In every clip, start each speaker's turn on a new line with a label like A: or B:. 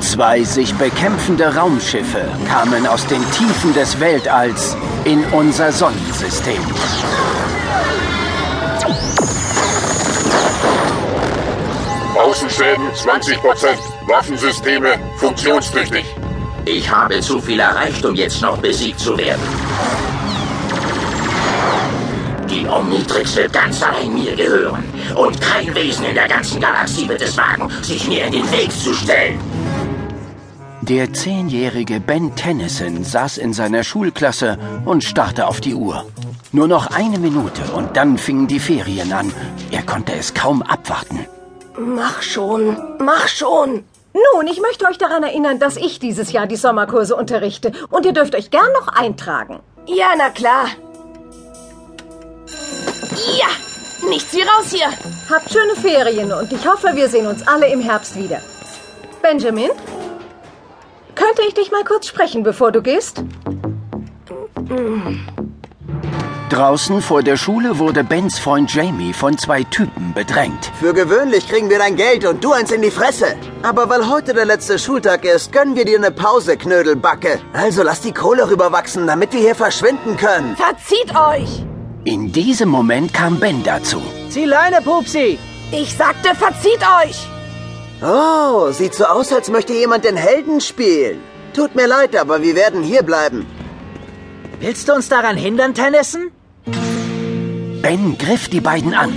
A: Zwei sich bekämpfende Raumschiffe kamen aus den Tiefen des Weltalls in unser Sonnensystem.
B: Außenschäden 20%. Waffensysteme funktionstüchtig.
C: Ich habe zu viel erreicht, um jetzt noch besiegt zu werden. Die Omnitrix wird ganz allein mir gehören. Und kein Wesen in der ganzen Galaxie wird es wagen, sich mir in den Weg zu stellen.
A: Der zehnjährige Ben Tennyson saß in seiner Schulklasse und starrte auf die Uhr. Nur noch eine Minute und dann fingen die Ferien an. Er konnte es kaum abwarten.
D: Mach schon, mach schon.
E: Nun, ich möchte euch daran erinnern, dass ich dieses Jahr die Sommerkurse unterrichte und ihr dürft euch gern noch eintragen.
D: Ja, na klar. Ja, nichts wie raus hier.
E: Habt schöne Ferien und ich hoffe, wir sehen uns alle im Herbst wieder. Benjamin, könnte ich dich mal kurz sprechen, bevor du gehst?
A: Draußen vor der Schule wurde Bens Freund Jamie von zwei Typen bedrängt.
F: Für gewöhnlich kriegen wir dein Geld und du eins in die Fresse. Aber weil heute der letzte Schultag ist, gönnen wir dir eine Pause, Knödelbacke. Also lass die Kohle rüberwachsen, damit wir hier verschwinden können.
D: Verzieht euch.
A: In diesem Moment kam Ben dazu.
G: Zieh Leine, Pupsi!
D: Ich sagte, verzieht euch.
F: Oh, sieht so aus, als möchte jemand den Helden spielen. Tut mir leid, aber wir werden hier bleiben.
G: Willst du uns daran hindern, Tennyson?
A: Ben griff die beiden an.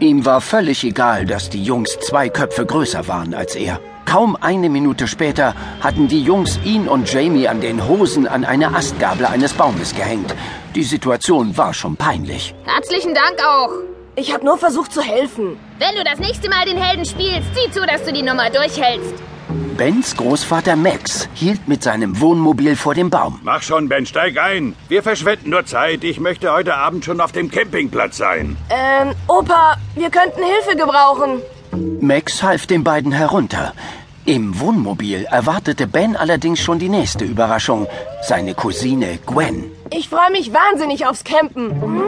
A: Ihm war völlig egal, dass die Jungs zwei Köpfe größer waren als er. Kaum eine Minute später hatten die Jungs ihn und Jamie an den Hosen an eine Astgabel eines Baumes gehängt. Die Situation war schon peinlich.
H: Herzlichen Dank auch.
D: Ich habe nur versucht zu helfen.
H: Wenn du das nächste Mal den Helden spielst, sieh zu, dass du die Nummer durchhältst.
A: Bens Großvater Max hielt mit seinem Wohnmobil vor dem Baum.
I: Mach schon, Ben, steig ein. Wir verschwenden nur Zeit. Ich möchte heute Abend schon auf dem Campingplatz sein.
D: Ähm, Opa, wir könnten Hilfe gebrauchen.
A: Max half den beiden herunter. Im Wohnmobil erwartete Ben allerdings schon die nächste Überraschung. Seine Cousine Gwen.
D: Ich freue mich wahnsinnig aufs Campen. Hm?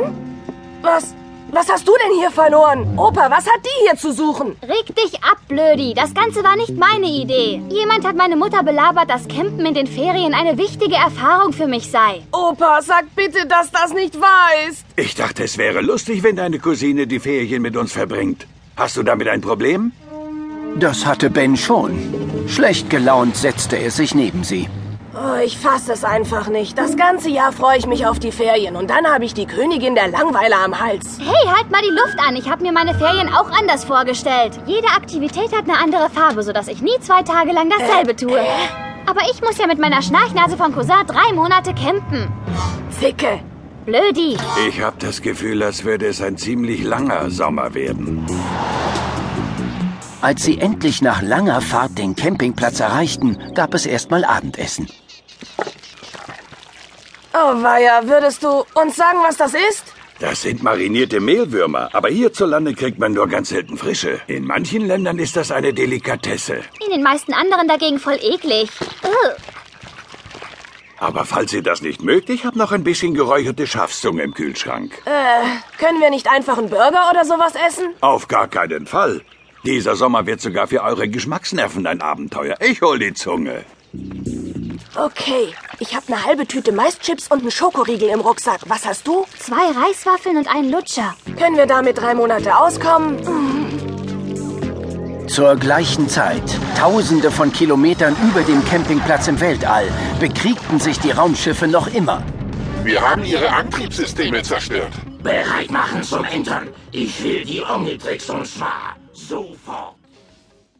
D: Was? Was hast du denn hier verloren? Opa, was hat die hier zu suchen?
H: Reg dich ab, Blödi. Das Ganze war nicht meine Idee. Jemand hat meine Mutter belabert, dass Campen in den Ferien eine wichtige Erfahrung für mich sei.
D: Opa, sag bitte, dass das nicht wahr ist.
I: Ich dachte, es wäre lustig, wenn deine Cousine die Ferien mit uns verbringt. Hast du damit ein Problem?
A: Das hatte Ben schon. Schlecht gelaunt setzte er sich neben sie.
D: Oh, ich fasse es einfach nicht. Das ganze Jahr freue ich mich auf die Ferien und dann habe ich die Königin der Langweiler am Hals.
H: Hey, halt mal die Luft an. Ich habe mir meine Ferien auch anders vorgestellt. Jede Aktivität hat eine andere Farbe, sodass ich nie zwei Tage lang dasselbe tue. Aber ich muss ja mit meiner Schnarchnase von Cousin drei Monate campen.
D: Zicke.
H: Blödi.
I: Ich habe das Gefühl, als würde es ein ziemlich langer Sommer werden.
A: Als sie endlich nach langer Fahrt den Campingplatz erreichten, gab es erstmal Abendessen.
D: Oh weia, würdest du uns sagen, was das ist?
I: Das sind marinierte Mehlwürmer, aber hierzulande kriegt man nur ganz selten frische. In manchen Ländern ist das eine Delikatesse.
H: In den meisten anderen dagegen voll eklig. Ugh.
I: Aber falls ihr das nicht mögt, ich habe noch ein bisschen geräucherte Schafszunge im Kühlschrank.
D: Können wir nicht einfach einen Burger oder sowas essen?
I: Auf gar keinen Fall. Dieser Sommer wird sogar für eure Geschmacksnerven ein Abenteuer. Ich hol die Zunge.
D: Okay, ich habe eine halbe Tüte Maischips und einen Schokoriegel im Rucksack. Was hast du?
H: Zwei Reiswaffeln und einen Lutscher.
D: Können wir damit drei Monate auskommen?
A: Zur gleichen Zeit, tausende von Kilometern über dem Campingplatz im Weltall, bekriegten sich die Raumschiffe noch immer.
B: Wir haben ihre Antriebssysteme zerstört.
C: Bereit machen zum Entern. Ich will die Omnitrix und zwar sofort.